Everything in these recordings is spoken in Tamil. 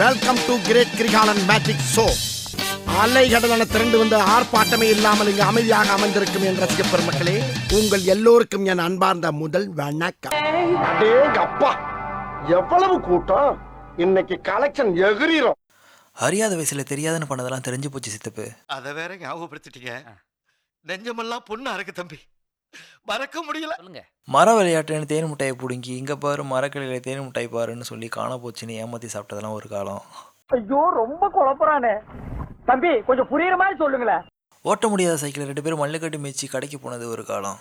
Welcome to great Kirikalan magic show அலைகடலான திரண்டு வந்த ஆர்ப்பாட்டமே இல்லாமல் இங்கு அமைதியாக அமர்ந்திருக்கும் என் ரசிக பெருமக்களே உங்கள் எல்லோருக்கும் என் அன்பார்ந்த முதல் வணக்கம் டேய் அப்பா எவ்வளவு கூட்டம் இன்னைக்கு கலெக்ஷன் எகிரிரும் அறியாத வயசில் தெரியாதுன்னு பண்ணதெல்லாம் தெரிஞ்சு போச்சு சித்தப்பு அதை வேற ஞாபகப்படுத்திட்டீங்க நெஞ்சமெல்லாம் பொண்ணா இருக்கு தம்பி மறக்க முடியல மர விளையாட்டுன்னு தேன் மிட்டாயை பிடுங்கி இங்கே பாரு மரக்கடையில் தேன் மிட்டாய் பாருன்னு சொல்லி காண போச்சுன்னு ஏமாற்றி சாப்பிட்டதெல்லாம் ஒரு காலம் ஐயோ ரொம்ப குழப்பறானே தம்பி கொஞ்சம் புரியுற மாதிரி சொல்லுங்களேன் ஓட்ட முடியாத சைக்கிளை ரெண்டு பேரும் மல்லுக்கட்டு மேய்ச்சி கடைக்கு போனது ஒரு காலம்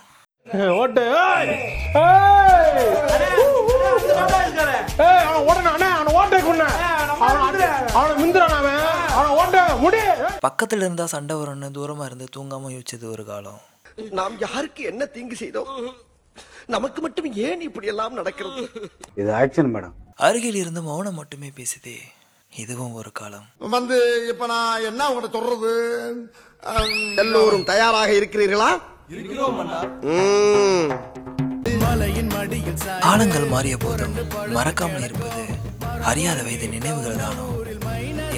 பக்கத்தில் இருந்தால் சண்டை வரும்னு தூரமாக இருந்து தூங்காமல் யோசிச்சது ஒரு காலம் நாம் யாருக்கு என்ன தீங்கு செய்தோம் நமக்கு மட்டும் ஏன் இப்படி எல்லாம் நடக்கிறது இது ஆக்ஷன் மேடம் அருகில் இருந்து மௌனம் மட்டுமே பேசுதே இதுவும் ஒரு காலம் வந்து இப்ப நான் என்ன உங்கள்கிட்ட சொல்றது அம், எல்லோரும் தயாராக இருக்கிறீர்களா ம். காலங்கள் மாறிய போதும் மறக்காமல் இருப்பது அறியாத வயது நினைவுகள் தானோ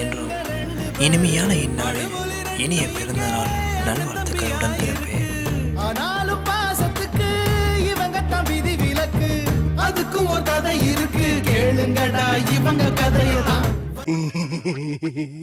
என்றும் இனிமையான இந்நாடு இனிய பிறந்தநாள் நல்வாழ்த்துக்களுடன் பிறப்பேன் ஆனாலும் பாசத்துக்கு இவங்க தான் விதி விலக்கு அதுக்கும் ஒரு கதை இருக்கு கேளுங்கடா இவங்க கதையை தான்